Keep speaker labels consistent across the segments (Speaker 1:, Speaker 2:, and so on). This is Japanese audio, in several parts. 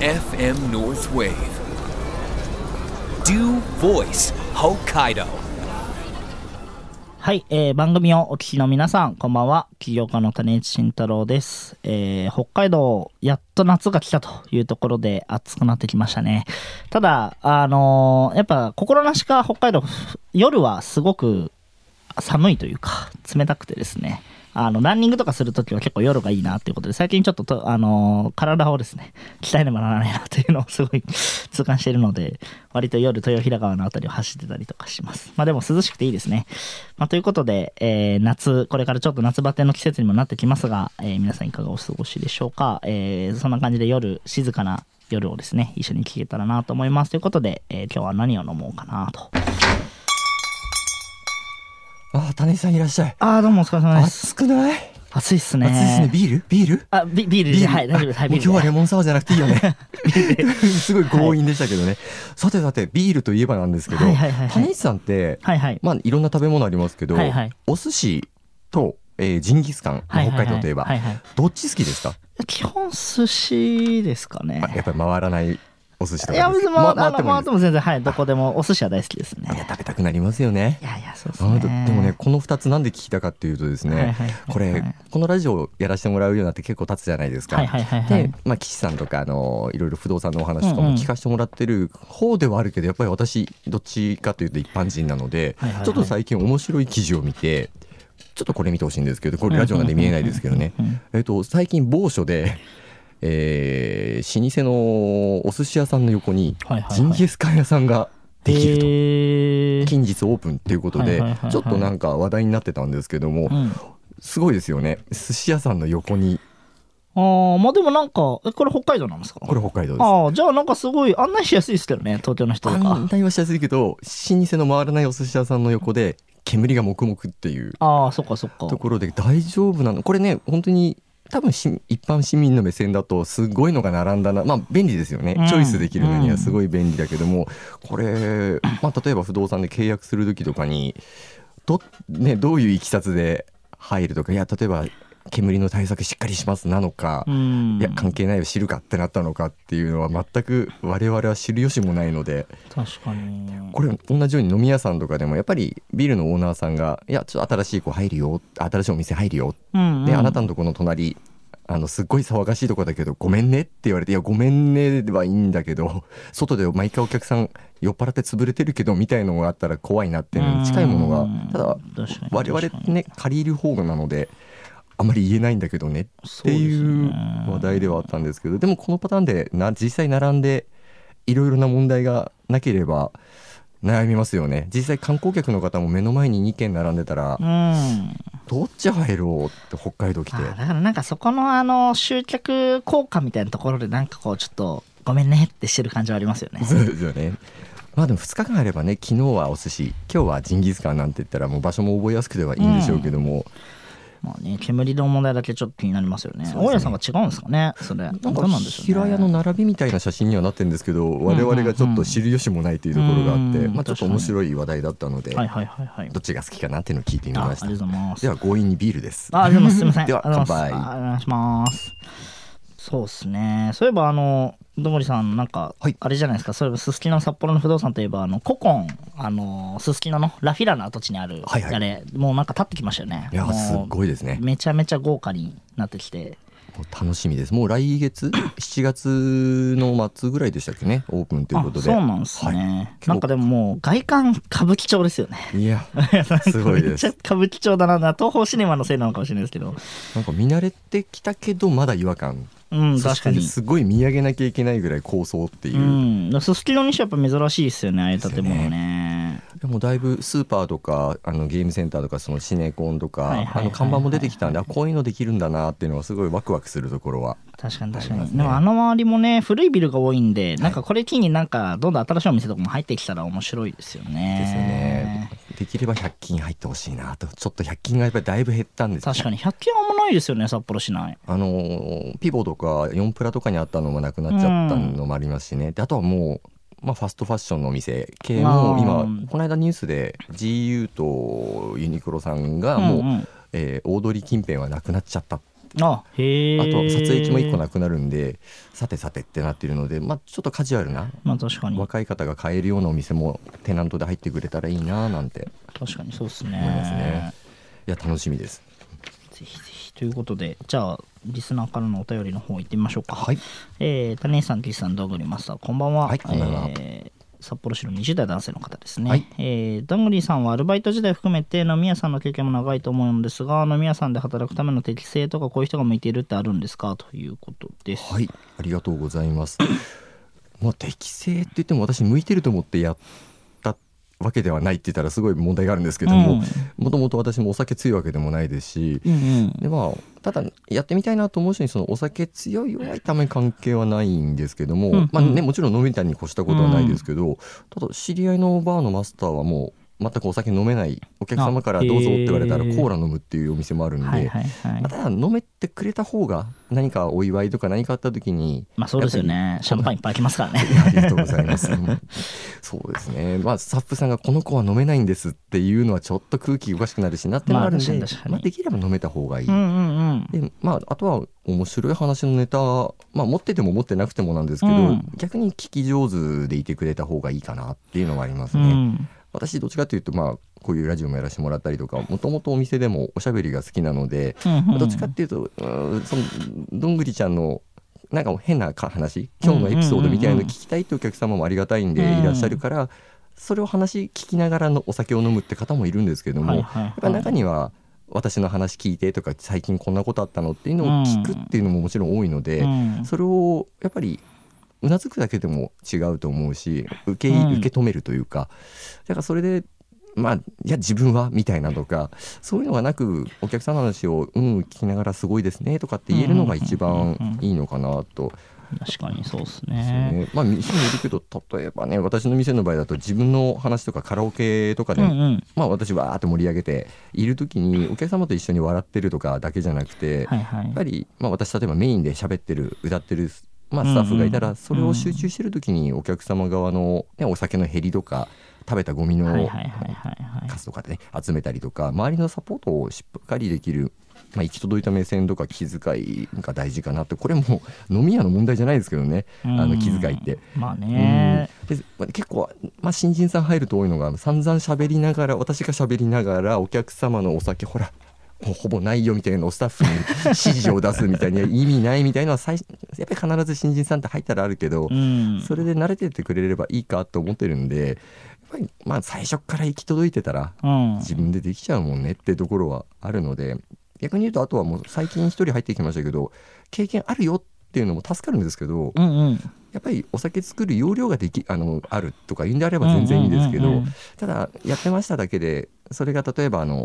Speaker 1: FM North Wave. Do Voice Hokkaido.
Speaker 2: はい、えー番組をお聞きの皆さん、こんばんは。起業家の種市慎太郎です。えー北海道、やっと夏が来たというところで暑くなってきましたね。ただ、あのーやっぱ心なしか北海道、ふ夜はすごく寒いというか、冷たくてですね。あの、ランニングとかするときは結構夜がいいなっていうことで、最近ちょっとと、あのー体をですね、鍛えねばならないなというのをすごい 痛感しているので、割と夜、豊平川のあたりを走ってたりとかします。まあでも涼しくていいですね。まあ、ということで、えー夏、これからちょっと夏バテの季節にもなってきますが、えー皆さんいかがお過ごしでしょうか。えーそんな感じで夜、静かな夜をですね、一緒に聞けたらなと思います。ということで、えー今日は何を飲もうかなと。
Speaker 3: ああ、種井さんいらっしゃい。
Speaker 2: あー、どうもお疲れ様です。
Speaker 3: 暑くない
Speaker 2: 暑いっすね。
Speaker 3: 暑いですね。ビールビール
Speaker 2: あ、ビビール
Speaker 3: ビー
Speaker 2: で、
Speaker 3: ル
Speaker 2: はい、大丈夫です。はい、
Speaker 3: も
Speaker 2: ビ
Speaker 3: う
Speaker 2: ール
Speaker 3: 今日は
Speaker 2: で
Speaker 3: レモンサワーじゃなくていい よね。 すごい強引でしたけどね。さてさて、ビールといえばなんですけど、
Speaker 2: はいはいはいはい
Speaker 3: 種市さんって、
Speaker 2: はいはい。
Speaker 3: まあ、いろんな食べ物ありますけど、
Speaker 2: はいはい
Speaker 3: お寿司と、えージンギスカン、ま
Speaker 2: は
Speaker 3: あ
Speaker 2: い
Speaker 3: 北海道といえば、
Speaker 2: はいはいはいはい
Speaker 3: どっち好きですか、
Speaker 2: 基本寿司ですかね
Speaker 3: まあ、。やっぱり回らないお寿司とか
Speaker 2: いや、別に回
Speaker 3: ま
Speaker 2: あの回っ
Speaker 3: いい
Speaker 2: て
Speaker 3: で
Speaker 2: も全然、はい、どこでもお寿司は大好きですね。
Speaker 3: すいや食べたくなりますよね
Speaker 2: い。やいや、そうです
Speaker 3: あ
Speaker 2: ね。
Speaker 3: ーででもね、この2つなんで聞いたかっていうとですね、
Speaker 2: はいはいはい
Speaker 3: これ、このラジオをやらせてもらうようになって結構経つじゃないですか。
Speaker 2: はいはいはいはい
Speaker 3: で、まあ、岸さんとか、あのいろいろ不動産のお話とか
Speaker 2: うんうん
Speaker 3: も聞かせてもらってる方ではあるけどやっぱり私どっちかというと一般人なので、
Speaker 2: はいはいはい
Speaker 3: ちょっと最近面白い記事を見てちょっとこれ見てほしいんですけどこれラジオなんで見えないですけどね、えっと、最近某所で、えー老舗のお寿司屋さんの横に
Speaker 2: はいはいはい
Speaker 3: ジンギスカン屋さんができると。
Speaker 2: へー
Speaker 3: 近日オープンっていうこと
Speaker 2: はい
Speaker 3: で
Speaker 2: はいはいはい
Speaker 3: ちょっとなんか話題になってたんですけども、
Speaker 2: うん
Speaker 3: すごいですよね寿司屋さんの横に
Speaker 2: ああ、まあでもなんか、え、これ北海道なんですか
Speaker 3: これ北海道です
Speaker 2: ああ、じゃあなんかすごい案内しやすいですけどね、東京の人と
Speaker 3: 案
Speaker 2: か。
Speaker 3: 内はしやすいけど老舗の回らないお寿司屋さんの横で煙がもくもくっていう
Speaker 2: ああ、そっかそっか。
Speaker 3: ところで大丈夫なのこれね本当に多分市一般市民の目線だとすごいのが並んだなまあ便利ですよね、
Speaker 2: うん
Speaker 3: チョイスできるのに
Speaker 2: うん
Speaker 3: はすごい便利だけどもこれ、まあ、例えば不動産で契約する時とかにど,、ね、どういういきさつで入るとかいや例えば煙の対策しっかりしますなのか、
Speaker 2: うん。
Speaker 3: いや関係ないよ知るかってなったのかっていうのは全く我々は知る由もないので
Speaker 2: 確かに。
Speaker 3: これ同じように飲み屋さんとかでもやっぱりビールのオーナーさんが「いやちょっと新しい子入るよ新しいお店入るよ」
Speaker 2: うん、うん。
Speaker 3: ね、あなたのとこの隣あのすっごい騒がしいとこだけどごめんねって言われていやごめんねはいいんだけど 外で毎回お客さん酔っ払って潰れてるけどみたいのがあったら怖いなっていうのに近いも
Speaker 2: う
Speaker 3: の
Speaker 2: ん
Speaker 3: がただ
Speaker 2: 確かに
Speaker 3: 我
Speaker 2: 確か
Speaker 3: 々
Speaker 2: に
Speaker 3: ね借りる方なのであまり言えないんだけどねっていう話題ではあったんですけどでもこのパターンでな実際並んでいろいろな問題がなければ悩みますよね実際観光客の方も目の前に2軒並んでたら
Speaker 2: うん。あ
Speaker 3: どっち入ろうって北海道来て。
Speaker 2: ーだからなんかそこのあの集客効果みたいなところでなんかこうちょっとごめんねってしてる感じはありますよね。
Speaker 3: そうですよね。まあでも2日間あればね昨日はお寿司今日はジンギスカンなんて言ったらもう場所も覚えやすくてはいいんでしょうけども、
Speaker 2: まあね、煙の問題だけちょっと気になりますよね。
Speaker 3: そうですね
Speaker 2: 大家さんが違うんですかね、それ。
Speaker 3: なん
Speaker 2: ど
Speaker 3: か
Speaker 2: うなんでしょうね
Speaker 3: 平屋の並びみたいな写真にはなってるんですけど我々がちょっと知る由もないというところがあって、
Speaker 2: うん
Speaker 3: まあ、ちょっと面白い話題だったので、
Speaker 2: はいはいはいはい。
Speaker 3: どっちが好きかなっていうのを聞いてみ
Speaker 2: ああ
Speaker 3: ま
Speaker 2: り
Speaker 3: し
Speaker 2: がとうござ
Speaker 3: た
Speaker 2: います。
Speaker 3: では強引にビールです
Speaker 2: あ、でもすみません。
Speaker 3: では
Speaker 2: ありがとうございます
Speaker 3: 乾
Speaker 2: あ
Speaker 3: 杯
Speaker 2: お願いします。そうですね。そういえば、あの、どもりさん、なんか、
Speaker 3: はい
Speaker 2: あれじゃないですか、そういえば、すすきの札幌の不動産といえば、あの、ココン、あの、すすきののラフィラの跡地にある、
Speaker 3: はいはい
Speaker 2: あれ、もうなんか立ってきましたよね。
Speaker 3: いや
Speaker 2: もう
Speaker 3: すごいですね
Speaker 2: めちゃめちゃ豪華になってきて、
Speaker 3: もう楽しみですもう来月7月の末ぐらいでしたっけねオープンということで
Speaker 2: あそうなんですね、
Speaker 3: はい
Speaker 2: なんかでももう、外観、歌舞伎町ですよね。
Speaker 3: いや すごい
Speaker 2: めっ
Speaker 3: で
Speaker 2: ちゃ
Speaker 3: す
Speaker 2: 歌舞伎町だな、東宝シネマのせいなのかもしれないですけど、
Speaker 3: なんか見慣れてきたけどまだ違和感
Speaker 2: うん、
Speaker 3: そ
Speaker 2: 確
Speaker 3: し
Speaker 2: か
Speaker 3: て
Speaker 2: に。
Speaker 3: すごい見上げなきゃいけないぐらい高層っていう、
Speaker 2: うん、すすきのにしてはやっぱ珍しいですよね、ああいう建物
Speaker 3: ですよ
Speaker 2: ね
Speaker 3: でもだいぶスーパーとかあのゲームセンターとかそのシネコンと
Speaker 2: はいはいは
Speaker 3: か
Speaker 2: い
Speaker 3: あの看板も出てきたんであこういうのできるんだなっていうのはすごいワクワクするところは
Speaker 2: 確かに確か
Speaker 3: あり
Speaker 2: に、
Speaker 3: ますね
Speaker 2: でもあの周りもね古いビルが多いんでなんかこれ機になんかどんどん新しいお店とかも入ってきたら面白いですよね
Speaker 3: ですよね、できれば100均入ってほしいなとちょっと100均がやっぱりだいぶ減ったんです
Speaker 2: 確か
Speaker 3: に
Speaker 2: に100均あんまないですよね札幌市内
Speaker 3: あのーピボとか4プラとかにあったのもなくなっちゃったのもありますしね、であとはもうまあ、ファストファッションのお店系も
Speaker 2: う
Speaker 3: 今
Speaker 2: ん
Speaker 3: この間ニュースで GU とユニクロさんがもう
Speaker 2: うんうん
Speaker 3: えー、オードリー近辺はなくなっちゃったっ
Speaker 2: あへえ
Speaker 3: あと撮影機も1個なくなるんでさてさてってなってるので、まあ、ちょっとカジュアルな
Speaker 2: まあ確かに
Speaker 3: 若い方が買えるようなお店もテナントで入ってくれたらいいななんて
Speaker 2: 確かにそうですね
Speaker 3: 思いますね。いや楽しみです。
Speaker 2: ぜひぜひということでじゃあリスナーからのお便りの方行ってみましょうか
Speaker 3: はい
Speaker 2: えー、種井さん、岸さん、どんぐりマスター、こんばんは。
Speaker 3: はいこんばんは
Speaker 2: えー札幌市の20代男性の方ですね、
Speaker 3: はい
Speaker 2: えーどんぐりさんはアルバイト時代含めて飲み屋さんの経験も長いと思うのですが飲み屋さんで働くための適性とかこういう人が向いているってあるんですかということです、
Speaker 3: はい、ありがとうございます。 まあ適正って言っても私向いてると思ってやったわけではないって言ったらすごい問題があるんですけども、もともと私もお酒強いわけでもないですし、
Speaker 2: うんうん
Speaker 3: でまあただやってみたいなと思う人にそのお酒強い弱いため関係はないんですけども、
Speaker 2: うんうん
Speaker 3: まあねもちろん飲みたいに越したことはないですけど、ただ知り合いのバーのマスターはもう。全くお酒飲めないお客様から
Speaker 2: あへー
Speaker 3: どうぞって言われたらコーラ飲むっていうお店もあるんで、
Speaker 2: はいはいはい
Speaker 3: まあ、ただ飲めてくれた方が何かお祝いとか何かあった時に
Speaker 2: まあそうですよねシャンパンいっぱい来ますからね
Speaker 3: ありがとうございます。うんそうですね。まあ、スタッフさんがこの子は飲めないんですっていうのはちょっと空気おかしくなるしなってのがあるんで、
Speaker 2: まあ
Speaker 3: ま
Speaker 2: 確かに確か
Speaker 3: あ
Speaker 2: に
Speaker 3: できれば飲めた方がいい。
Speaker 2: うんうんうん
Speaker 3: でまあ、あとは面白い話のネタ、まあ、持ってても持ってなくてもなんですけど、
Speaker 2: うん
Speaker 3: 逆に聞き上手でいてくれた方がいいかなっていうのはあります
Speaker 2: う
Speaker 3: ね。
Speaker 2: ん
Speaker 3: 私どっちかというと、まあ、こういうラジオもやらせてもらったりとかもともとお店でもおしゃべりが好きなので、
Speaker 2: うんうん
Speaker 3: どっちかっていうと、うーんそのどんぐりちゃんのなんか変なか話今日のエピソードみたいなの聞きたいってお客様もありがたいんで
Speaker 2: うん
Speaker 3: いらっしゃるから、それを話聞きながらのお酒を飲むって方もいるんですけども、
Speaker 2: はいはいはい
Speaker 3: やっぱ中には私の話聞いてとか最近こんなことあったのっていうのを聞くっていうのももちろん多いので、
Speaker 2: うん
Speaker 3: それをやっぱりうなずくだけでも違うと思うし受け,、
Speaker 2: うん
Speaker 3: 受け止めるというかだからそれでまあいや自分はみたいなとかそういうのがなくお客様の話を「うん聞きながらすごいですね」とかって言えるのが一番いいのかなと。
Speaker 2: 確かにそうです
Speaker 3: そう
Speaker 2: ね
Speaker 3: ねまあ店によるけど例えばね私の店の場合だと自分の話とかカラオケとかで、
Speaker 2: うんうん
Speaker 3: まあ、私わーっと盛り上げている時にお客様と一緒に笑ってるとかだけじゃなくて、
Speaker 2: はいはい
Speaker 3: やっぱり、まあ、私例えばメインで喋ってる歌ってる、まあ、スタッフがいた
Speaker 2: うんうん
Speaker 3: らそれを集中してる時にお客様側の、ね、お酒の減りとか食べたゴミ
Speaker 2: はいはい
Speaker 3: の
Speaker 2: はいはいはい
Speaker 3: カスとかで、ね、集めたりとか周りのサポートをしっかりできる、まあ、行き届いた目線とか気遣いが大事かなってこれもう飲み屋の問題じゃないですけどねあ
Speaker 2: う
Speaker 3: の
Speaker 2: ん
Speaker 3: 気遣いって。
Speaker 2: まあ
Speaker 3: うん
Speaker 2: ね
Speaker 3: でまあ結構、まあ、新人さん入ると多いのが散々喋りながら私が喋りながらお客様のお酒ほらもうほぼないよみたいなのをスタ ッフに指示を出すみたいな意味ないみたいなのは最やっぱり必ず新人さんって入ったらあるけど、
Speaker 2: うん
Speaker 3: それで慣れてってくれればいいかと思ってるんでやっぱりまあ最初から行き届いてたら
Speaker 2: うん
Speaker 3: 自分でできちゃうもんねってところはあるので逆に言うとあとはもう最近一人入ってきましたけど経験あるよっていうのも助かるんですけど、
Speaker 2: うんうん
Speaker 3: やっぱりお酒作る容量ができあのあるとか言うんであれば全然いいんですけど、
Speaker 2: うんうんうんうん
Speaker 3: ただやってましただけでそれが例えば、あの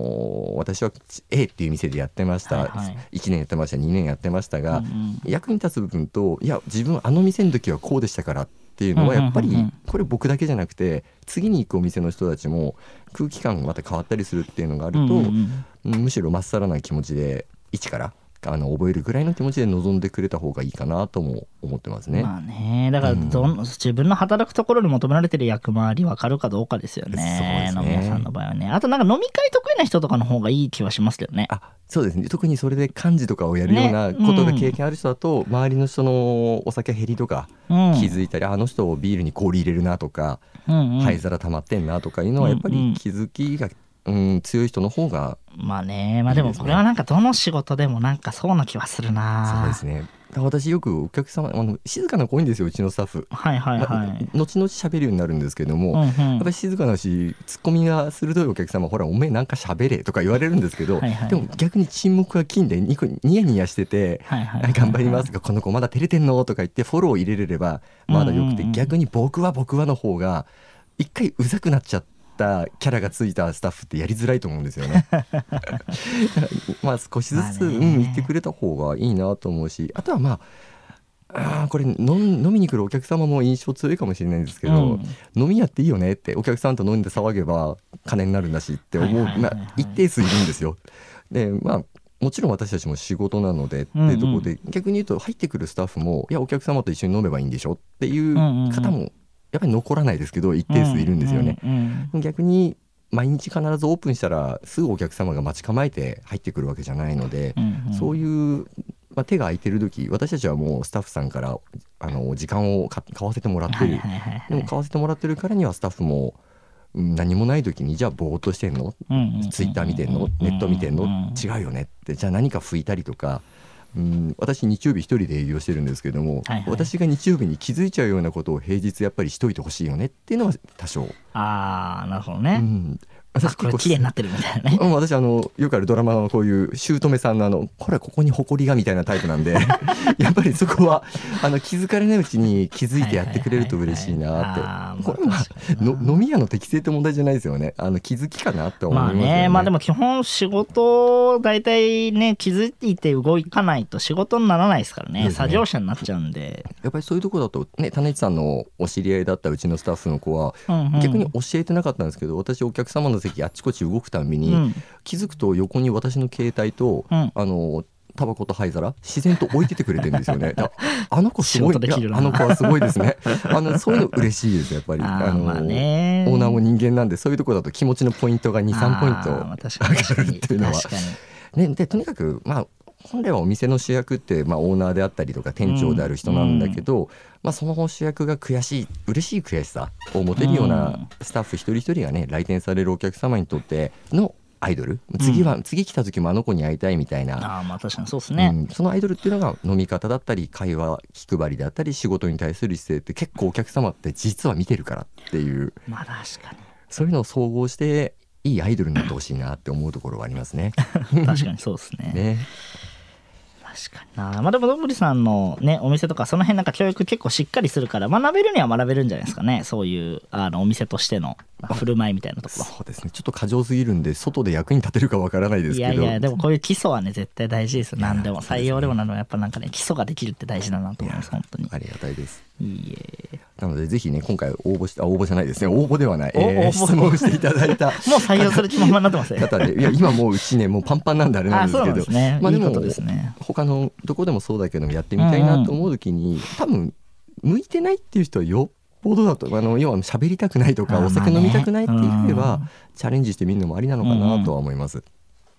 Speaker 3: 私は A っていう店でやってました、
Speaker 2: はいはい
Speaker 3: 1年やってました2年やってましたが、
Speaker 2: うんうん
Speaker 3: 役に立つ部分といや自分あの店の時はこうでしたからっていうの
Speaker 2: うん
Speaker 3: は
Speaker 2: うんうんうん
Speaker 3: やっぱりこれ僕だけじゃなくて次に行くお店の人たちも空気感がまた変わったりするっていうのがあると、
Speaker 2: うんうんうん
Speaker 3: むしろまっさらな気持ちで一からあの覚えるぐらいの気持ちで臨んでくれた方がいいかなとも思ってますね。
Speaker 2: まあねだからどん、自分の働くところに求められてる役回り分かるかどうかですよね
Speaker 3: そう
Speaker 2: 飲
Speaker 3: ですね
Speaker 2: み屋さんの場合はねあとなんか飲み会得意な人とかの方がいい気はしますけどね
Speaker 3: あそうですね特にそれで漢字とかをやるような
Speaker 2: ね
Speaker 3: こと
Speaker 2: う
Speaker 3: が
Speaker 2: ん
Speaker 3: 経験ある人だと、周りの人のお酒減りとか
Speaker 2: うん
Speaker 3: 気づいたり、あの人ビールに氷入れるなとか、
Speaker 2: うんうん
Speaker 3: 灰皿溜まってんなとかいうのはやっぱ
Speaker 2: うんうん
Speaker 3: り気づきが、うん、強い人の方が
Speaker 2: まあねまあでもこれはなんかどの仕事でもなんかそうな気はする
Speaker 3: そう
Speaker 2: な
Speaker 3: ですね。だから私よくお客様あの静かな子多いんですようちのスタッフ。
Speaker 2: はいはいは
Speaker 3: まあ
Speaker 2: い
Speaker 3: 後々喋るようになるんですけども、
Speaker 2: うんうん
Speaker 3: やっぱり静かだしツッコミが鋭いお客様ほらおめえなんか喋れとか言われるんですけど
Speaker 2: はいはい
Speaker 3: でも逆に沈黙が金でニコニヤニヤしてて
Speaker 2: はいはい
Speaker 3: あ頑張りますとかこの子まだ照れてんのとか言ってフォロー入れれればまだよくて、
Speaker 2: うんうんうん
Speaker 3: 逆に僕は僕はの方が一回うざくなっちゃったキャラがついたスタッフってやりづらいと思うんです よね。だからまあ少しずつ、
Speaker 2: まあね
Speaker 3: うん、言ってくれた方がいいなと思うしあとはまああーこれ飲ん飲みに来るお客様も印象強いかもしれないんですけど、
Speaker 2: うん
Speaker 3: 飲み屋っていいよねってお客さんと飲んで騒げば金になるんだしって思う、
Speaker 2: はいはいはいはい
Speaker 3: まあ一定数いるんですよ。でまあもちろん私たちも仕事なのでっていうところで、逆に言うと入ってくるスタッフもいやお客様と一緒に飲めばいいんでしょっていう
Speaker 2: うんうんうん
Speaker 3: 方もやっぱり残らないですけど一定数いるんですよね。
Speaker 2: うんうんうん
Speaker 3: 逆に毎日必ずオープンしたらすぐお客様が待ち構えて入ってくるわけじゃないので、
Speaker 2: うんうん
Speaker 3: そういう、まあ、手が空いてる時私たちはもうスタッフさんからあの時間をか買わせてもらって
Speaker 2: はい
Speaker 3: る
Speaker 2: はいはいはい
Speaker 3: でも買わせてもらってるからにはスタッフもうん何もない時にじゃあぼーっとしてんのツイッター見てんのネット見てんの違うよねってじゃあ何か拭いたりとか、うん、私日曜日一人で営業してるんですけども、
Speaker 2: はいはい
Speaker 3: 私が日曜日に気づいちゃうようなことを平日やっぱりしといてほしいよねっていうのは多少、
Speaker 2: ああなるほど
Speaker 3: う
Speaker 2: ね、
Speaker 3: ん、
Speaker 2: あこれ綺麗になってるみたいなね
Speaker 3: うん、私あのよくあるドラマのこういう姑さんのあのこれはここに埃がみたいなタイプなんで やっぱりそこはあの気づかれないうちに気づいてやってくれると嬉しい
Speaker 2: はいはいはい
Speaker 3: な
Speaker 2: は
Speaker 3: っ
Speaker 2: い
Speaker 3: て
Speaker 2: あー
Speaker 3: これはの飲み屋の適性って問題じゃないですよねあの気づきかなって思い
Speaker 2: ま
Speaker 3: ま
Speaker 2: あ
Speaker 3: すよね,、
Speaker 2: ねまあでも基本仕事大体ね気づいて動かないと仕事にならないですからね
Speaker 3: ですね
Speaker 2: 作業者になっちゃうんで、
Speaker 3: やっぱりそういうとこだとね種市さんのお知り合いだったうちのスタッフの子は
Speaker 2: うんうん
Speaker 3: 逆に教えてなかったんですけど私お客様の席あっちこっち動くたんび
Speaker 2: う
Speaker 3: に
Speaker 2: ん
Speaker 3: 気づくと横に私の携帯と、
Speaker 2: うん
Speaker 3: あのタバコと灰皿自然と置いててくれてるんです よね。だあの子すご
Speaker 2: 仕
Speaker 3: い
Speaker 2: 事できる
Speaker 3: い
Speaker 2: な
Speaker 3: やあの子はすごいで すね。あのそういうの嬉しいですやっぱり。
Speaker 2: あー
Speaker 3: の
Speaker 2: まあね
Speaker 3: オーナーも人間なんでそういうところだと気持ちのポイントが2、3ポイン
Speaker 2: あーまあ
Speaker 3: ト
Speaker 2: 確かに確か
Speaker 3: 上がる
Speaker 2: に
Speaker 3: っていうのは
Speaker 2: 確かに
Speaker 3: ね、でとにかく、まあ、本来はお店の主役って、まあ、オーナーであったりとか店長である人なんだけど、まあ、その主役が悔しい嬉しい悔しさを持てるよう
Speaker 2: うん
Speaker 3: なスタッフ一人一人がね来店されるお客様にとってのアイドル次は、次来た時もあの子に会いたいみたいな、
Speaker 2: あーまあ確かにそうです
Speaker 3: う
Speaker 2: ね、
Speaker 3: んそのアイドルっていうのが飲み方だったり会話気配りだったり仕事に対する姿勢って結構お客様って実は見てるからっていう
Speaker 2: まあ確かに
Speaker 3: そういうのを総合していいアイドルになってほしいなって思うところはあります ね。
Speaker 2: 確かにそうです ね。
Speaker 3: ね
Speaker 2: 確かにな。まあでも、どんぶりさんのね、お店とか、その辺なんか教育結構しっかりするから、学べるには学べるんじゃないですかね。そういう、あの、お店としてのまあ振る舞いみたいなところ。
Speaker 3: そうですねちょっと過剰すぎるんで外で役に立てるかわからないです
Speaker 2: い
Speaker 3: け
Speaker 2: や
Speaker 3: ど
Speaker 2: いや、でもこういう基礎はね、絶対大事ですよ。
Speaker 3: いや
Speaker 2: 何でも。
Speaker 3: そうですね
Speaker 2: 採用でも何でも、やっぱなんかね、基礎ができるって大事だなと思います、本当に。
Speaker 3: ありがたいです
Speaker 2: いいえ。
Speaker 3: なのでぜひね今回応募してあ応募じゃないですね応募ではない、
Speaker 2: お応募
Speaker 3: えー質問していただいた
Speaker 2: もう採用する気満々になってます ね。
Speaker 3: 方でいや今もううちねもうパンパンなんであれな
Speaker 2: あ、
Speaker 3: んです
Speaker 2: そう
Speaker 3: け
Speaker 2: なん
Speaker 3: ど
Speaker 2: ですね。
Speaker 3: まあ
Speaker 2: い
Speaker 3: で
Speaker 2: い
Speaker 3: も
Speaker 2: ことですね。
Speaker 3: 他のどこでもそうだけどもやってみたいなと思う時に、多分向いてないっていう人はよっぽどだとあの要は喋りたくないと
Speaker 2: あー
Speaker 3: か
Speaker 2: まあ
Speaker 3: お
Speaker 2: ね
Speaker 3: 酒飲みたくないっていうれば、
Speaker 2: う
Speaker 3: チャレンジしてみるのもありなのかなとは思います。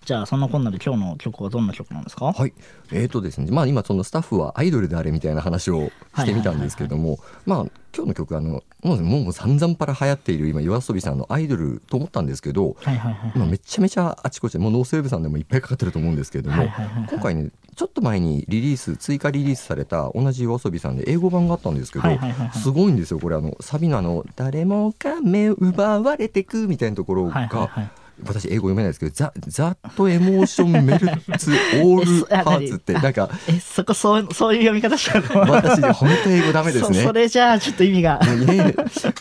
Speaker 2: じゃあ、そんなこんなで今日の曲はどんな曲なんですか
Speaker 3: はい、えーとですね、まあ今そのスタッフはアイドルであれみたいな話をしてみたんですけども、まあ今日の曲あのもうもう散々パラ流行っている今夜遊びさんのアイドルと思ったんですけど、
Speaker 2: はいはいはい。
Speaker 3: 今めちゃめちゃあちこちでもうノーセーブさんでもいっぱいかかってると思うんですけれども、
Speaker 2: はいはいはいはい
Speaker 3: 今回ねちょっと前にリリース追加リリースされた同じ夜遊びさんで英語版があったんですけど、
Speaker 2: はいはいはいはい
Speaker 3: すごいんですよこれあのサビのあの「誰もが目奪われてく」みたいなところが。
Speaker 2: はいはいはい
Speaker 3: 私英語読めないですけど「ザ・ザ・とエモーション・メルツ・ オール・パーツ」ってなんか
Speaker 2: え、そこ、そう、そういう読み方したの
Speaker 3: 私本当英語ダメです
Speaker 2: そ
Speaker 3: ね
Speaker 2: そ。れじゃあちょっと意味が
Speaker 3: ね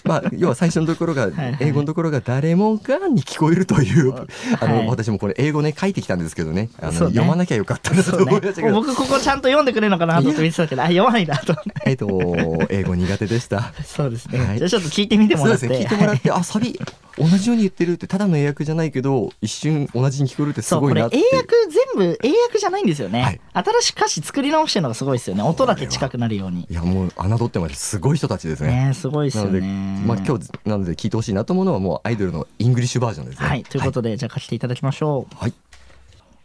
Speaker 3: まあ、要は最初のところが
Speaker 2: はい
Speaker 3: 英語のところが「誰もが」に聞こえるというあ
Speaker 2: はい
Speaker 3: の私もこれ英語ね書いてきたんですけどねあの
Speaker 2: そうね
Speaker 3: 読まなきゃよかったなと
Speaker 2: そう、
Speaker 3: 思い
Speaker 2: ね、
Speaker 3: ましたけど、
Speaker 2: 僕ここちゃんと読んでくれるのかなと思って見てたけどあ読まないなと思って
Speaker 3: えっと英語苦手でした。
Speaker 2: そうですね、
Speaker 3: はい
Speaker 2: じゃあちょっと聞いてみても
Speaker 3: そう
Speaker 2: ら
Speaker 3: で
Speaker 2: って
Speaker 3: すね聞いてもらってあサビ同じように言ってるってただの英訳じゃないけど一瞬同じに聞こえるってす
Speaker 2: そう
Speaker 3: ご
Speaker 2: こ
Speaker 3: い
Speaker 2: れ英
Speaker 3: なって
Speaker 2: 訳全部英訳じゃないんですよね、
Speaker 3: はい
Speaker 2: 新しい歌詞作り直してるのがすごいですよね音だけ近くなるように
Speaker 3: いやもう侮ってますすごい人たちですね。
Speaker 2: ねすごいです
Speaker 3: な
Speaker 2: よ
Speaker 3: ので、
Speaker 2: ね
Speaker 3: まあ、今日なので聞いてほしいなと思うのはもうアイドルのイングリッシュバージョンですね。
Speaker 2: はいということで、じゃあ書いていただきましょう
Speaker 3: はい、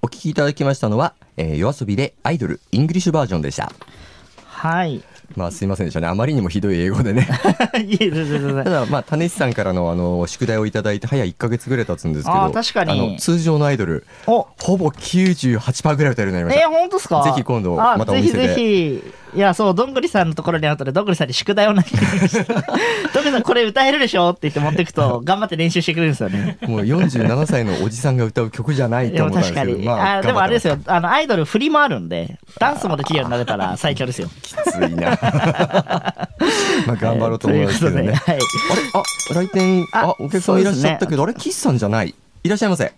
Speaker 3: お聞きいただきましたのは、えー、夜遊びでアイドルイングリッシュバージョンでした。
Speaker 2: はいい
Speaker 3: まあすいませんでしたね。あまりにもひどい英語 でね。
Speaker 2: えいえいえいえいえ
Speaker 3: ただまあ種市さんからのあの宿題をいただいて早1ヶ月ぐらい経つんですけど、
Speaker 2: あー確かに
Speaker 3: あの通常のアイドル
Speaker 2: お
Speaker 3: ほぼ98%ぐらい歌えるようになりまし
Speaker 2: えー、
Speaker 3: た。
Speaker 2: 本当ですか
Speaker 3: ぜひ今度
Speaker 2: あ
Speaker 3: またお店
Speaker 2: ぜ
Speaker 3: で
Speaker 2: ひぜひ。いや、そう、どんぐりさんのところに会ったら、どんぐりさんに宿題を投げてみま した。どんぐりさん、これ歌えるでしょって言って持ってくと、頑張って練習してくれるんですよね。
Speaker 3: もう47歳のおじさんが歌う曲じゃない
Speaker 2: い
Speaker 3: と
Speaker 2: や、
Speaker 3: 思ったんで
Speaker 2: 確か
Speaker 3: すけど、
Speaker 2: に。
Speaker 3: ま
Speaker 2: あ、
Speaker 3: あ
Speaker 2: でもあれです
Speaker 3: よ。
Speaker 2: よ、あの、アイドル振りもあるんで、ダンスもできるようになれたら最強ですよ。
Speaker 3: きつ いな。まあ頑張ろうと思いますけど
Speaker 2: という
Speaker 3: ね。
Speaker 2: ことではい。
Speaker 3: あれあ来店
Speaker 2: あ
Speaker 3: あお客様いらっしゃったけど、あれ岸さんじゃないいらっしゃいませ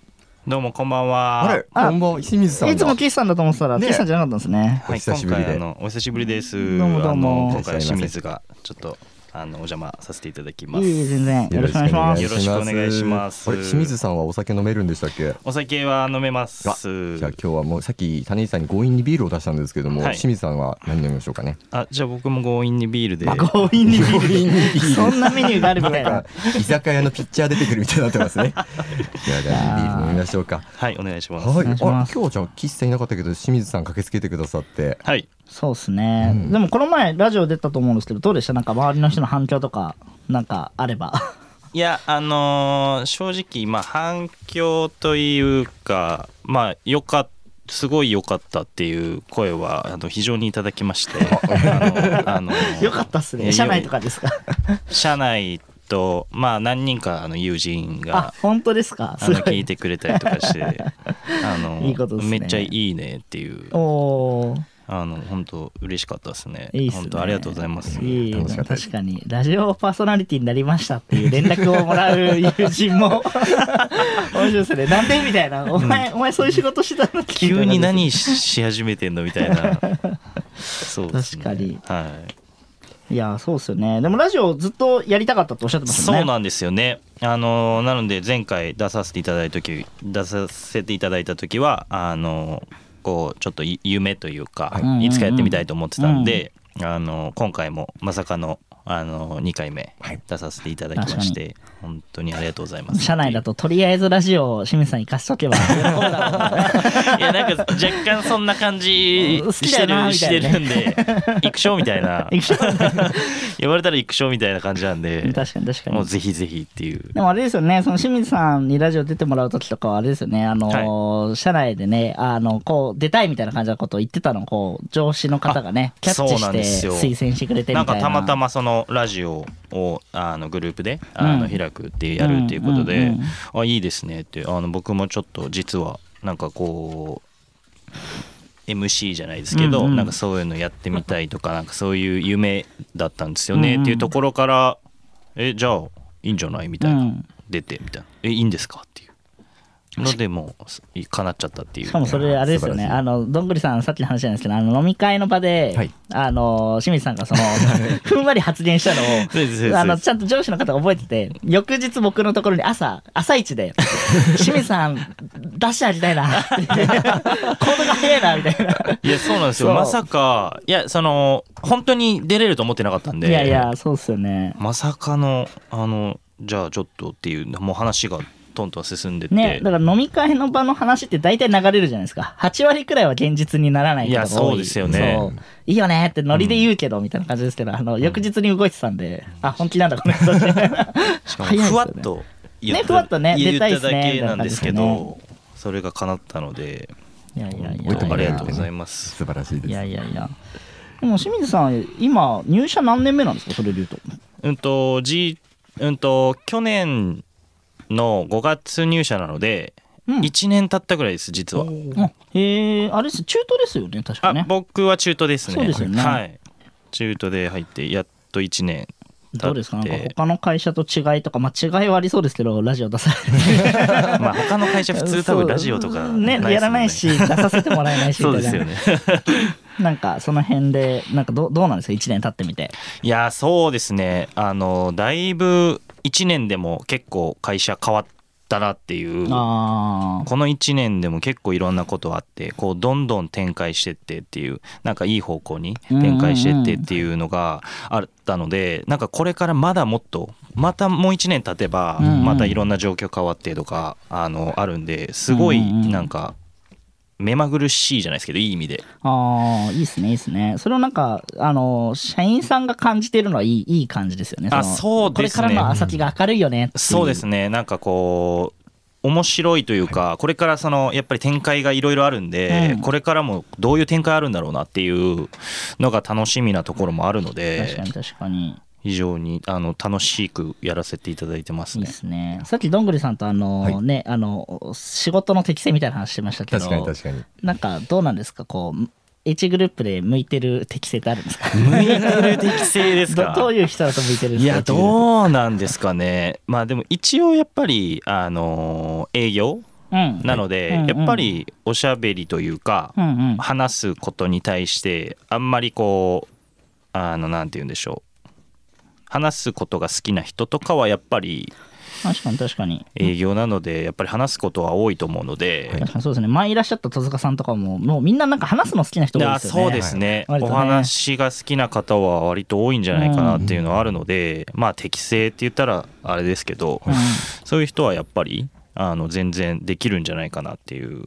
Speaker 4: どうもこんばんは。
Speaker 3: あれこんばんは清水さんだ
Speaker 2: いつも岸さんだと思ってたら、
Speaker 3: ね
Speaker 2: 岸さんじゃなかったんですね。
Speaker 4: はい、
Speaker 3: お久しぶりで
Speaker 4: 今回あのお久しぶりです。
Speaker 2: どうもどうも
Speaker 4: あの今回は清水がちょっとあのお邪魔させていただきま
Speaker 2: いえいえ
Speaker 4: す。
Speaker 2: 全然よろしくお願いします
Speaker 4: よろしくお願いします
Speaker 3: あれ清水さんはお酒飲めるんでしたっけ
Speaker 4: お酒は飲めます。
Speaker 3: あじゃあ今日はもうさっき谷井さんに強引にビールを出したんですけども、
Speaker 4: はい
Speaker 3: 清水さんは何飲みましょうかね
Speaker 4: あじゃあ僕も強引にビールで。
Speaker 2: 強引にビールそんなメニューがあるみたい
Speaker 3: な
Speaker 2: なん
Speaker 3: か居酒屋のピッチャー出てくるみたいになって ますねじゃあじゃあビール飲みましょうか
Speaker 4: はいお願いします。
Speaker 3: はい、
Speaker 2: 願
Speaker 3: あ
Speaker 2: いします
Speaker 3: 今日じゃあ喫茶いなかったけど清水さん駆けつけてくださって
Speaker 4: はい。
Speaker 2: そうですね、
Speaker 3: うん
Speaker 2: でもこの前ラジオ出たと思うんですけどどうでしたなんか周りの人の反響とかなんかあれば
Speaker 4: いやあのー正直まあ反響というかまあよかっすごい良かったっていう声はあの非常にいただきまして、あのあのー
Speaker 2: よかったっす
Speaker 4: い
Speaker 2: ね
Speaker 4: や
Speaker 2: 社内とかですか
Speaker 4: 社内とまあ何人かあの友人
Speaker 2: あ
Speaker 4: が
Speaker 2: 本当ですか
Speaker 4: あ
Speaker 2: す
Speaker 4: の
Speaker 2: ご
Speaker 4: 聞
Speaker 2: い
Speaker 4: いてくれたりとかして あの
Speaker 2: いいことっすね
Speaker 4: めっちゃいいねっていう
Speaker 2: おー
Speaker 4: あの本当嬉しかったですね
Speaker 2: いいっすね
Speaker 4: 本当ありがとうございます
Speaker 2: いいね
Speaker 3: 楽しかったです
Speaker 2: 確かにラジオパーソナリティになりましたっていう連絡をもらう友人 も面白いですねなんでみたいなお前、お前そういう仕事してたの
Speaker 4: 急に何しし始めてんのみたい なそうですね
Speaker 2: 確かに
Speaker 4: はい
Speaker 2: いやそうですよねでもラジオずっとやりたかったとおっしゃってました
Speaker 4: そ
Speaker 2: よね
Speaker 4: うなんですよね。あのなので前回出させていただいた時出させていただいた時はあのこうちょっとい夢というか、
Speaker 2: はい
Speaker 4: い、つかやってみたいと思ってたんで、あの今回もまさかのあの2回目
Speaker 3: はい
Speaker 4: 出させていただきまして、本当にありがとうございます。
Speaker 2: 社内だととりあえずラジオを清水さん行かしと けば
Speaker 4: いやなんか若干そんな感じ
Speaker 2: 好き
Speaker 4: し
Speaker 2: だ
Speaker 4: てる
Speaker 2: な
Speaker 4: して
Speaker 2: みた
Speaker 4: る
Speaker 2: い
Speaker 4: んで行くしょみたいな
Speaker 2: 行くしょ
Speaker 4: 呼ばれたら行くしょみたいな感じなんで
Speaker 2: 確かに確かに
Speaker 4: もうぜひぜひっていう
Speaker 2: でもあれですよね、その清水さんにラジオ出てもらうときとかは、あれですよね、あのー社内でね、あの、こう、出たいみたいな感じのことを言ってたのを、こう、上司の方がね、
Speaker 4: あ
Speaker 2: キャッチ
Speaker 4: そう
Speaker 2: し
Speaker 4: なん
Speaker 2: て
Speaker 4: ですよ
Speaker 2: 推薦してくれてみた
Speaker 4: ないん
Speaker 2: な。
Speaker 4: かたまたまそのラジオをあのグループであの
Speaker 2: うん
Speaker 4: 開くってやるっていうこと
Speaker 2: うんう
Speaker 4: で
Speaker 2: ん
Speaker 4: 「あいいですね」ってあの僕もちょっと実はなんかこう MC じゃないですけど
Speaker 2: うんうん
Speaker 4: なんかそういうのやってみたいとかなんかそういう夢だったんですよねっていうところから「えじゃあいいんじゃない?」みたいうなん「出て」みたいな「えいいんですか?」っていうのでもう叶っちゃったっていう
Speaker 2: しかもそれあれですよ
Speaker 3: 素晴
Speaker 2: ね
Speaker 3: らしい
Speaker 2: あのどんぐりさんさっきの話なんですけどあの飲み会の場で、
Speaker 3: はい
Speaker 2: あの清水さんが そのふんわり発言したのを
Speaker 4: そうですそうです
Speaker 2: あのちゃんと上司の方が覚えてて翌日僕のところに朝朝一 で「清水さん出してあげたいな」行動が早いな」みたいな。
Speaker 4: いやそうなんですよ
Speaker 2: そう
Speaker 4: まさかいやその本当に出れると思ってなかったんで
Speaker 2: いやいやそうっすよね。
Speaker 4: まさかのあのじゃあちょっとっていうもう話がトントン進んでって、
Speaker 2: ね、だから飲み会の場の話って大体流れるじゃないですか8割くらいは現実にならないことが多い
Speaker 4: いやそうですよね
Speaker 2: そういいよねってノリで言うけどみたいな感じですけど、あの翌日に動いてたんで、あ本気なんだこの人って
Speaker 4: しかも
Speaker 2: 早いですよね
Speaker 4: ふわっと言った
Speaker 2: ねふわっとね
Speaker 4: 言
Speaker 2: 出たいっ
Speaker 4: っ
Speaker 2: す
Speaker 4: た
Speaker 2: ね
Speaker 4: だけなんですけど、
Speaker 2: みたいな感
Speaker 4: それが叶ったので
Speaker 2: いやいやい
Speaker 3: 置
Speaker 2: や
Speaker 3: いとく
Speaker 4: ありがとうございます
Speaker 3: 素晴らしいです
Speaker 2: いやいやいやでも清水さん今入社何年目なんですかそれで言うと
Speaker 4: うんと G うんと去年の5月入社なので、
Speaker 2: うん
Speaker 4: 1年経ったぐらいです実は、
Speaker 2: あへえあれです中東ですよね確か
Speaker 4: あ
Speaker 2: ね
Speaker 4: 僕は中途ですね
Speaker 2: そうですよね
Speaker 4: はい中途で入ってやっと1年経って
Speaker 2: どうですかなんか他の会社と違いとかまあ違いはありそうですけどラジオ出されて
Speaker 4: まあ他の会社普通多分ラジオと か
Speaker 2: ね
Speaker 4: っすもん
Speaker 2: やらないし出させてもらえない しみ
Speaker 4: そう
Speaker 2: た
Speaker 4: で
Speaker 2: いな
Speaker 4: すよね
Speaker 2: なんかその辺でなんかどうどうなんですか1年経ってみて
Speaker 4: いやそうですねあのだいぶ1年でも結構会社変わったなっていうこ
Speaker 2: ああ
Speaker 4: の1年でも結構いろんなことあってこうどんどん展開してってっていうなんかいい方向に展開してってっていうのがあったのでなんかこれからまだもっとまたもう1年経てば
Speaker 2: うんうん
Speaker 4: またいろんな状況変わってとかあのあるんですごい
Speaker 2: うんうん
Speaker 4: なんか目まぐるしいじゃないですけどいい意味で。
Speaker 2: あーいいですねいいですねそれをなんかあの社員さんが感じてるのはいいいい感じですよね
Speaker 4: あ
Speaker 2: の
Speaker 4: そうですね
Speaker 2: これからの先が明るいよねってい
Speaker 4: そうですねなんかこう面白いというかこれからそのやっぱり展開がいろいろあるんで、
Speaker 2: うん
Speaker 4: これからもどういう展開あるんだろうなっていうのが楽しみなところもあるの
Speaker 2: 確か
Speaker 4: で
Speaker 2: に確かに
Speaker 4: 非常にあの楽しくやらせていただいてます
Speaker 2: いいで
Speaker 4: ね。
Speaker 2: すねさっきどんぐりさんとあの、
Speaker 3: はい
Speaker 2: ねあの仕事の適性みたいな話してましたけど
Speaker 3: 確かに確かに
Speaker 2: なんかどうなんですかこう H グループで向いてる適性ってあるんですか
Speaker 4: 向い てる適性ですか
Speaker 2: どどういう人だと向いてるんですか
Speaker 4: いや
Speaker 2: H グルー
Speaker 4: どうなんですかねまあでも一応やっぱりあの営業
Speaker 2: プうん
Speaker 4: なので、
Speaker 2: うんうん
Speaker 4: やっぱりおしゃべりというか、
Speaker 2: うんうん
Speaker 4: 話すことに対してあんまりこうあのなんて言うんでしょう話すことが好きな人とかはやっぱり
Speaker 2: 確かに確かに。
Speaker 4: 営業なのでやっぱり話すことは多いと思うので、
Speaker 2: 確かにそうですね。前いらっしゃった戸塚さんとかも、もうみんななんか話すの好きな人が多い
Speaker 4: あ
Speaker 2: ですよね。
Speaker 4: そうですね、
Speaker 2: はい
Speaker 4: お話が好きな方は割と多いんじゃないかなっていうのはあるので、まあ適性って言ったらあれですけど、そういう人はやっぱりあの全然できるんじゃないかなっていう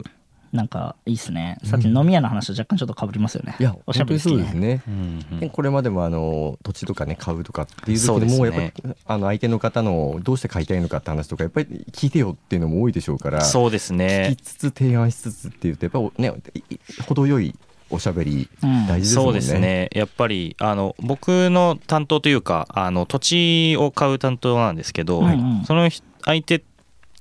Speaker 2: なんかいいですね。さっき飲み屋の話と若干ちょっと被りますよね。
Speaker 3: いや
Speaker 2: おしゃべり好
Speaker 3: 本当
Speaker 2: き
Speaker 3: にそうです
Speaker 2: ね。
Speaker 3: ね、
Speaker 4: うん
Speaker 3: でこれまでもあの土地とかね買うとかっていう
Speaker 4: そ
Speaker 3: 時
Speaker 4: うです
Speaker 3: にも
Speaker 4: ね
Speaker 3: やっぱり、あの相手の方のどうして買いたいのかって話とかやっぱり聞いてよっていうのも多いでしょうから
Speaker 4: そうです
Speaker 3: 聞
Speaker 4: ね
Speaker 3: きつつ提案しつつっていうとやっぱおねいい程よいおしゃべり
Speaker 2: うん
Speaker 3: 大事です
Speaker 4: そ
Speaker 3: も
Speaker 4: うん
Speaker 3: ね。
Speaker 4: ですねやっぱりあの僕の担当というかあの土地を買う担当なんですけど、
Speaker 2: はいうん
Speaker 4: その人相手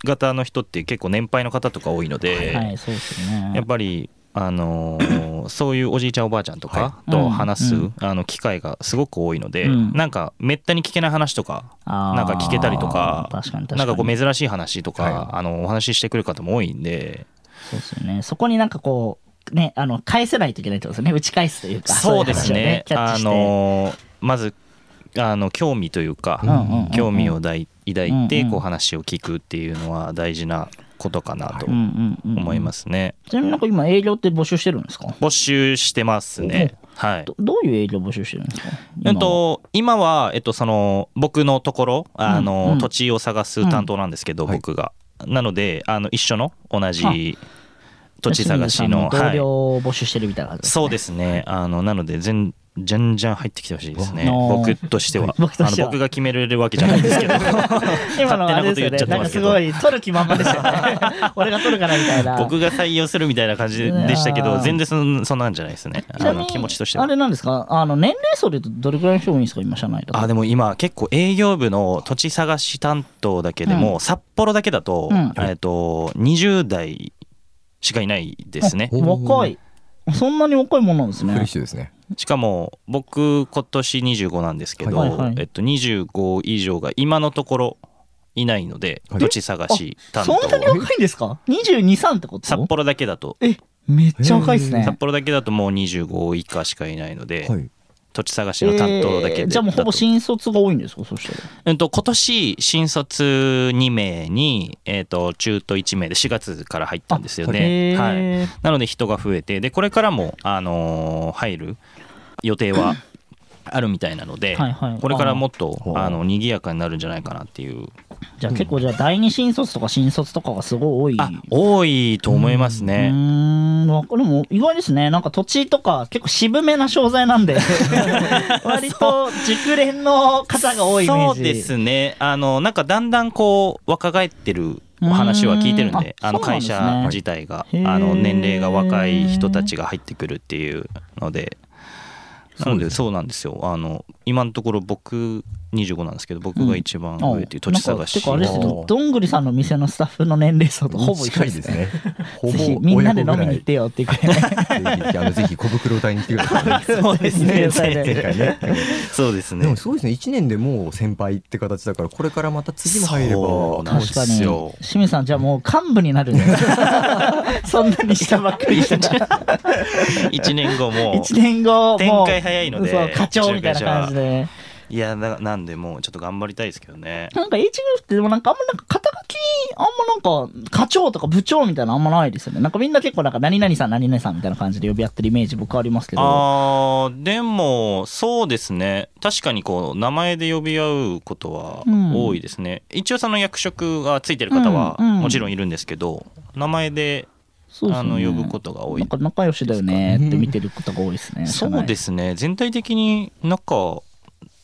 Speaker 4: 方の人って結構年配の方とか多いので、
Speaker 2: はい、そうですよね。
Speaker 4: やっぱり、あのーそういうおじいちゃんおばあちゃんとか
Speaker 2: う
Speaker 4: と
Speaker 2: ん
Speaker 4: 話す、
Speaker 2: うん
Speaker 4: あの機会がすごく多いので、
Speaker 2: うん
Speaker 4: なんかめったに聞けない話とか
Speaker 2: あー
Speaker 4: なんか聞けたりとか
Speaker 2: 確かに確かに
Speaker 4: なんかこう珍しい話とか、
Speaker 3: は
Speaker 4: あのお話ししてくる方も多いんで
Speaker 2: そうですよね。そこになんかこう、ね、あの返せないといけないってことですよね。打ち返すというか。
Speaker 4: そうです
Speaker 2: い話を
Speaker 4: ね
Speaker 2: キャッ
Speaker 4: あ
Speaker 2: チして。
Speaker 4: のーまずあの興味というか、
Speaker 2: うんうんうんうん
Speaker 4: 興味を抱い抱いて
Speaker 2: うんうん
Speaker 4: こう話を聞くっていうのは大事なことかなと
Speaker 2: うんうんうんうん
Speaker 4: 思いますね、
Speaker 2: ちなみになんか今営業って募集してるんですか
Speaker 4: 募集してますねはい
Speaker 2: どどういう営業募集してるんですか
Speaker 4: えっと、今は、えっと、その僕のところあの、
Speaker 2: うん
Speaker 4: 土地を探す担当なんですけど、
Speaker 3: うん
Speaker 4: 僕が、なのであの一緒の同じ土地探し
Speaker 2: 清
Speaker 4: の
Speaker 2: 水さん同僚
Speaker 4: はい、
Speaker 2: を募集してるみたいな感じですね
Speaker 4: そうですねあのなので全じゃんじゃん入ってきてほしいですね
Speaker 2: お
Speaker 4: 僕としては
Speaker 2: 僕としては
Speaker 4: あの僕が決めれるわけじゃないんです けど
Speaker 2: 今のあれですよね、
Speaker 4: 勝手なこと言っちゃっ
Speaker 2: な
Speaker 4: て
Speaker 2: ん
Speaker 4: ま
Speaker 2: か
Speaker 4: す
Speaker 2: す
Speaker 4: けど
Speaker 2: ごい、取る気満々でした ね。俺が取るからみたいな。
Speaker 4: 僕が採用するみたいな感じでしたけ
Speaker 2: いや
Speaker 4: ど
Speaker 2: ー
Speaker 4: 全然そんそんなんじゃないですね
Speaker 2: ちな
Speaker 4: あ
Speaker 2: み
Speaker 4: の
Speaker 2: に
Speaker 4: 気持ちとして
Speaker 2: あ
Speaker 4: は。
Speaker 2: れなんですかあの、年齢層で言うとどれくらいの人が多いんですか今、社内だと。
Speaker 4: あでも今結構営業部の土地探し担当だけでも、
Speaker 2: う
Speaker 4: 札幌だけだと,、
Speaker 2: うん
Speaker 4: えっと20代しかいないですね
Speaker 3: お
Speaker 2: 若い。そんなに若いものなんです
Speaker 3: フレッ
Speaker 2: ね。
Speaker 3: シュですね。
Speaker 4: しかも僕今年25なんですけど、
Speaker 2: はいはい
Speaker 4: えっと、25以上が今のところいないので、
Speaker 3: はい
Speaker 4: 土地探し担
Speaker 2: そんなに
Speaker 4: 当
Speaker 2: 若いんですか ?22、3ってこと
Speaker 4: 札幌だけだと
Speaker 2: え、めっちゃ若いですね。
Speaker 4: 札幌だけだともう25以下しかいないので、
Speaker 3: はい。
Speaker 4: 土地探しの担当だけで、
Speaker 2: えーじゃあもうほぼ新卒が多いんですかそしたら。
Speaker 4: うんと今年新卒2名に、えー、と中途1名で4月から入ったんですよね。
Speaker 2: あ
Speaker 4: はい
Speaker 2: へー、
Speaker 4: なので人が増えてでこれからも、あのー入る予定 はあるみたいなので、
Speaker 2: はいはい
Speaker 4: これからもっと
Speaker 3: あー
Speaker 4: あの賑やかになるんじゃないかなっていう
Speaker 2: じゃあ結構じゃあ第二新卒とか新卒とかがすごい多い。
Speaker 4: あ多いと思います
Speaker 2: うー
Speaker 4: ね。
Speaker 2: ん、わかでも意外ですね。なんか土地とか結構渋めな商材 なんで、割と熟練の方が多いイメージ。
Speaker 4: そうですねあのなんかだんだんこう若返ってるお話は聞いてるんで
Speaker 2: うんあ
Speaker 4: あの
Speaker 2: そうなん
Speaker 4: 会
Speaker 2: ですね
Speaker 4: 社自体が、
Speaker 2: へー
Speaker 4: あの年齢が若い人たちが入ってくるっていうのでなのでそうなんですよあの今のところ僕25なんですけど僕が一番上っていう土地探し、
Speaker 2: あなんかてかあれです
Speaker 3: お
Speaker 2: よ
Speaker 3: ー
Speaker 2: どんぐりさんの店のスタッフの年齢層とほぼ一緒
Speaker 3: 近
Speaker 2: で
Speaker 3: い
Speaker 2: す
Speaker 3: で
Speaker 2: ね
Speaker 3: すね。ほ。
Speaker 2: ぜひみんなで飲みに行っててよっていうくらいね
Speaker 3: ぜひあのぜひ小袋隊に来てください。
Speaker 4: そうです
Speaker 2: 見てく
Speaker 4: ね
Speaker 2: ださいね
Speaker 4: 前回ねそうです
Speaker 3: で
Speaker 4: ね
Speaker 3: もすごいですね。一年でもう先輩って形だからこれからまた次も入れ
Speaker 4: そ
Speaker 3: ば
Speaker 4: うなんで
Speaker 2: 確
Speaker 4: す
Speaker 2: かに
Speaker 4: よ
Speaker 2: 清水さんじゃあもう幹部になるん だよそんなに下ばっかりして
Speaker 4: 1年 後も
Speaker 2: 1年後もう
Speaker 4: 展開早いので
Speaker 2: そう課長みたいな感じで
Speaker 4: いやななんでもうちょっと頑張りたいですけどね
Speaker 2: なんか H グループってでもなんかあんまなんか肩書きあんまなんか課長とか部長みたいなのあんまないですよねなんかみんな結構なんか何々さん何々さんみたいな感じで呼び合ってるイメージ僕はありますけど
Speaker 4: あーでもそうですね確かにこう名前で呼び合うことは
Speaker 2: うん
Speaker 4: 多いですね、一応その役職がついてる方は
Speaker 2: うんうん
Speaker 4: もちろんいるんですけど、名前で
Speaker 2: そうです
Speaker 4: あ
Speaker 2: ね
Speaker 4: の呼ぶことが多い
Speaker 2: なんか仲良しだよねって見てることが多いですね
Speaker 4: そうですすね全体的に仲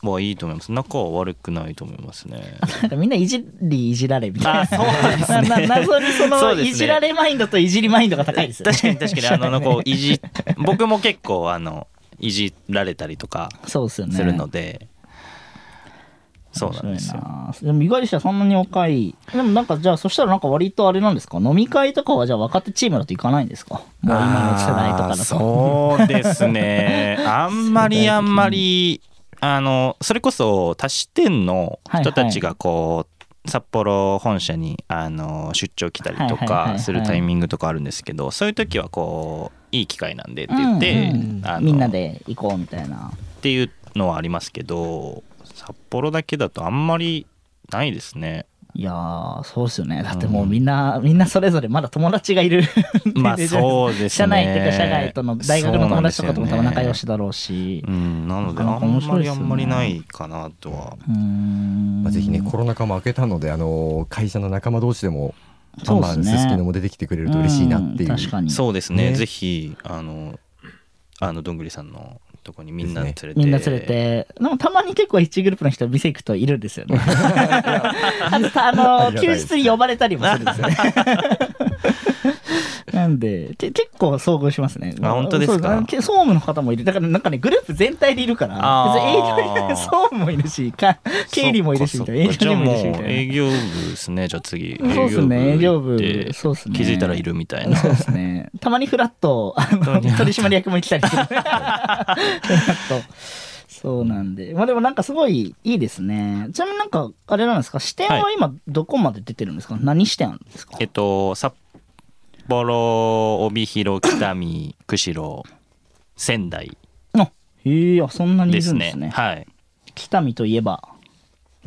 Speaker 4: はいいと思います仲は悪くないと思いますね
Speaker 2: なんかみんないじりいじられみたいな
Speaker 4: あそうですね
Speaker 2: なな謎にそ
Speaker 4: そ
Speaker 2: の
Speaker 4: うですね
Speaker 2: いじられマインドといじりマインドが高いですよね
Speaker 4: 確かに確かにあのこういじ僕も結構あのいじられたりとか
Speaker 2: そうですよね
Speaker 4: するので、そうなんですよ
Speaker 2: 面白いなでも意外でしたそんなに若いでもなんかじゃあそしたらなんか割とあれなんですか飲み会とかはじゃあ若手チームだと行かないんですかもう今の世代とかだ
Speaker 4: あ
Speaker 2: と
Speaker 4: ーそうで すねあんまりあんまりあのそれこそ多視点の人たちがこう札幌本社にあの出張来たりと
Speaker 2: はいはいはいは
Speaker 4: か
Speaker 2: い
Speaker 4: するタイミングとかあるんですけどそういう時はこういい機会なんでって言って
Speaker 2: うんうん
Speaker 4: あの
Speaker 2: みんなで行こうみたいな
Speaker 4: っていうのはありますけど札幌だけだとあんまりないで すね
Speaker 2: いやーそうですよねだってもうみんな、みんなそれぞれまだ友達がいる
Speaker 4: まあそうですね
Speaker 2: 社内っていうか社外との大学の友達とかとも多分仲良し
Speaker 4: だ
Speaker 2: だろうし
Speaker 4: うんなのであ
Speaker 2: なかなか面
Speaker 4: んま
Speaker 2: 白いっす
Speaker 4: り
Speaker 2: よ
Speaker 4: あ
Speaker 2: ね
Speaker 4: んまりないかなとは
Speaker 2: うーん
Speaker 3: まあ、ぜひねコロナ禍も明けたのであの会社の仲間同士でもバ
Speaker 2: そう
Speaker 3: ン
Speaker 2: っ
Speaker 3: バ
Speaker 2: す
Speaker 3: ン
Speaker 2: ね
Speaker 3: すすきのも出てきてくれると嬉しいなっていう,、
Speaker 2: ん確かに
Speaker 4: そうですね
Speaker 3: ね
Speaker 4: ぜひあのあのどんぐりさんのとこにみんな連れて、
Speaker 2: みんな連れて、でもたまに結構1グループの人、店行くといるんですよね。あとあ
Speaker 3: あ
Speaker 2: の
Speaker 3: りがたい
Speaker 2: 休日に呼ばれたりもするんですよ ね。なんで、け結構遭遇しますね。
Speaker 4: あ本当ですか
Speaker 2: そうけ総務の方もいる。だからなんかね、グループ全体でいるから、
Speaker 4: あ
Speaker 2: 別
Speaker 4: ー
Speaker 2: に営業 以外に総務もいるし、か経理もいるし、みたいな。営
Speaker 4: そっか
Speaker 2: 業にもいるし、み
Speaker 4: じゃあもう
Speaker 2: た
Speaker 4: 営
Speaker 2: いな。
Speaker 4: 業部ですねじゃあ次
Speaker 2: そうっすね営業部
Speaker 4: そ
Speaker 2: そうう
Speaker 4: っ
Speaker 2: っ
Speaker 4: す
Speaker 2: す
Speaker 4: ね
Speaker 2: ね
Speaker 4: 気づいたらいるみたいな
Speaker 2: そうですね。 たまにフラッと、あの、取締役も来たりする。フ ラッと。そうなんで。まあでもなんかすごいいいですね。ちなみになんか、あれなんですか、視点は今どこまで出てるんですか、何視点あるんですか
Speaker 4: えっと札幌帯広北見釧路仙台
Speaker 2: あ、へえ、あ、そんなにい
Speaker 4: で
Speaker 2: る
Speaker 4: す
Speaker 2: ん
Speaker 4: ね
Speaker 2: ですね。
Speaker 4: はい
Speaker 2: 北見といえば、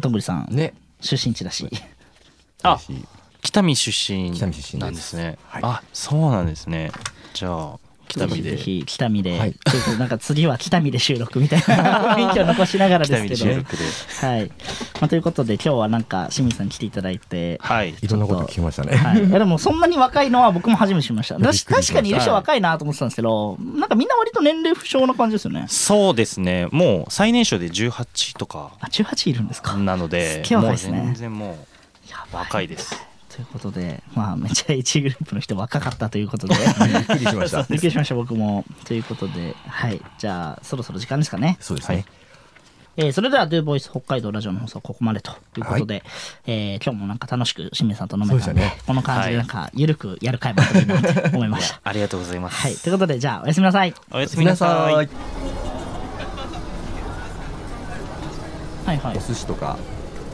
Speaker 2: どんぐりさん、
Speaker 3: ね
Speaker 2: 出身地だし。
Speaker 4: あ
Speaker 3: 嬉しい
Speaker 4: 北見出身
Speaker 3: 北見出身です
Speaker 4: なんですね
Speaker 3: はい
Speaker 4: あそうなんですねじゃあ北
Speaker 2: ぜ
Speaker 4: 見
Speaker 2: ひ
Speaker 4: で
Speaker 2: ぜひ北見で、
Speaker 3: はい
Speaker 2: ちょっとなんか次は北見で収録みたいな 雰囲気を残しながらで
Speaker 4: 北
Speaker 2: す
Speaker 4: 見
Speaker 2: け
Speaker 4: で
Speaker 2: ど
Speaker 4: 収。録で
Speaker 2: はい、まあということで今日はなんか清水さんに来ていただいて、
Speaker 4: はい
Speaker 3: いろんなこと聞きましたね、
Speaker 2: はい、いやでもそんなに若いのは僕も初めてしました。だし
Speaker 3: びっくり
Speaker 2: 確
Speaker 3: しました
Speaker 2: かにいる人若いなと思ってたんですけど、なんかみんな割と年齢不詳な感じですよね。
Speaker 4: そうですねもう最年少で18とか
Speaker 2: あ、18いるんですか。
Speaker 4: なので
Speaker 2: すっげえ若いですね
Speaker 4: もう全然も
Speaker 2: や
Speaker 4: う
Speaker 2: ばい
Speaker 4: 若いです
Speaker 2: ということで、まあめっちゃ1グループの人若かったということ で。
Speaker 3: びっくりしました
Speaker 2: びっくりしました僕も。ということで、はい。じゃあ、そろそろ時間ですかね。
Speaker 3: そうですね、
Speaker 2: えーそれでは、ドゥーボイス北海道ラジオの放送はここまでということで、えー今日もなんか楽しく清水さんと飲めた
Speaker 3: そ
Speaker 2: ん
Speaker 3: う
Speaker 2: で、
Speaker 3: でしたね
Speaker 2: この感じでなんか、ゆるくやる回もあっていいなと 思いました。
Speaker 4: ありがとうございます
Speaker 2: はい。ということで、じゃあ、おやすみなさい。
Speaker 4: おやす
Speaker 3: み
Speaker 4: み
Speaker 3: な
Speaker 4: な
Speaker 3: さ
Speaker 4: さ
Speaker 3: い
Speaker 4: い
Speaker 2: はいはい
Speaker 3: お。寿司とか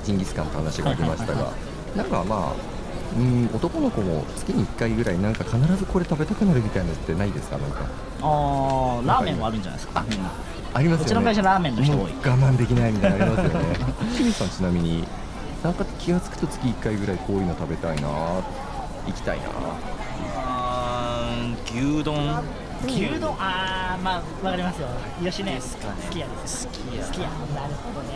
Speaker 3: ジンギスカンって話がありましたが、なんかまあうん男の子も月に1回ぐらいなんか必ずこれ食べたくなるみたいなのってないですかなんか
Speaker 2: あーラーメンはあるんじゃないですか、みんな
Speaker 3: ありますよね
Speaker 2: うちの会社ラーメンの人
Speaker 3: も
Speaker 2: 多
Speaker 3: う
Speaker 2: い
Speaker 3: 我慢できないみたいなのあります よね清水さんちなみになんか気が付くと月1回ぐらいこういうの食べたいな行きたいな
Speaker 4: あー牛丼
Speaker 2: 牛丼ああまあわかりますよ吉野家ですか好きやです
Speaker 4: 好きや
Speaker 2: 好きやなるほどね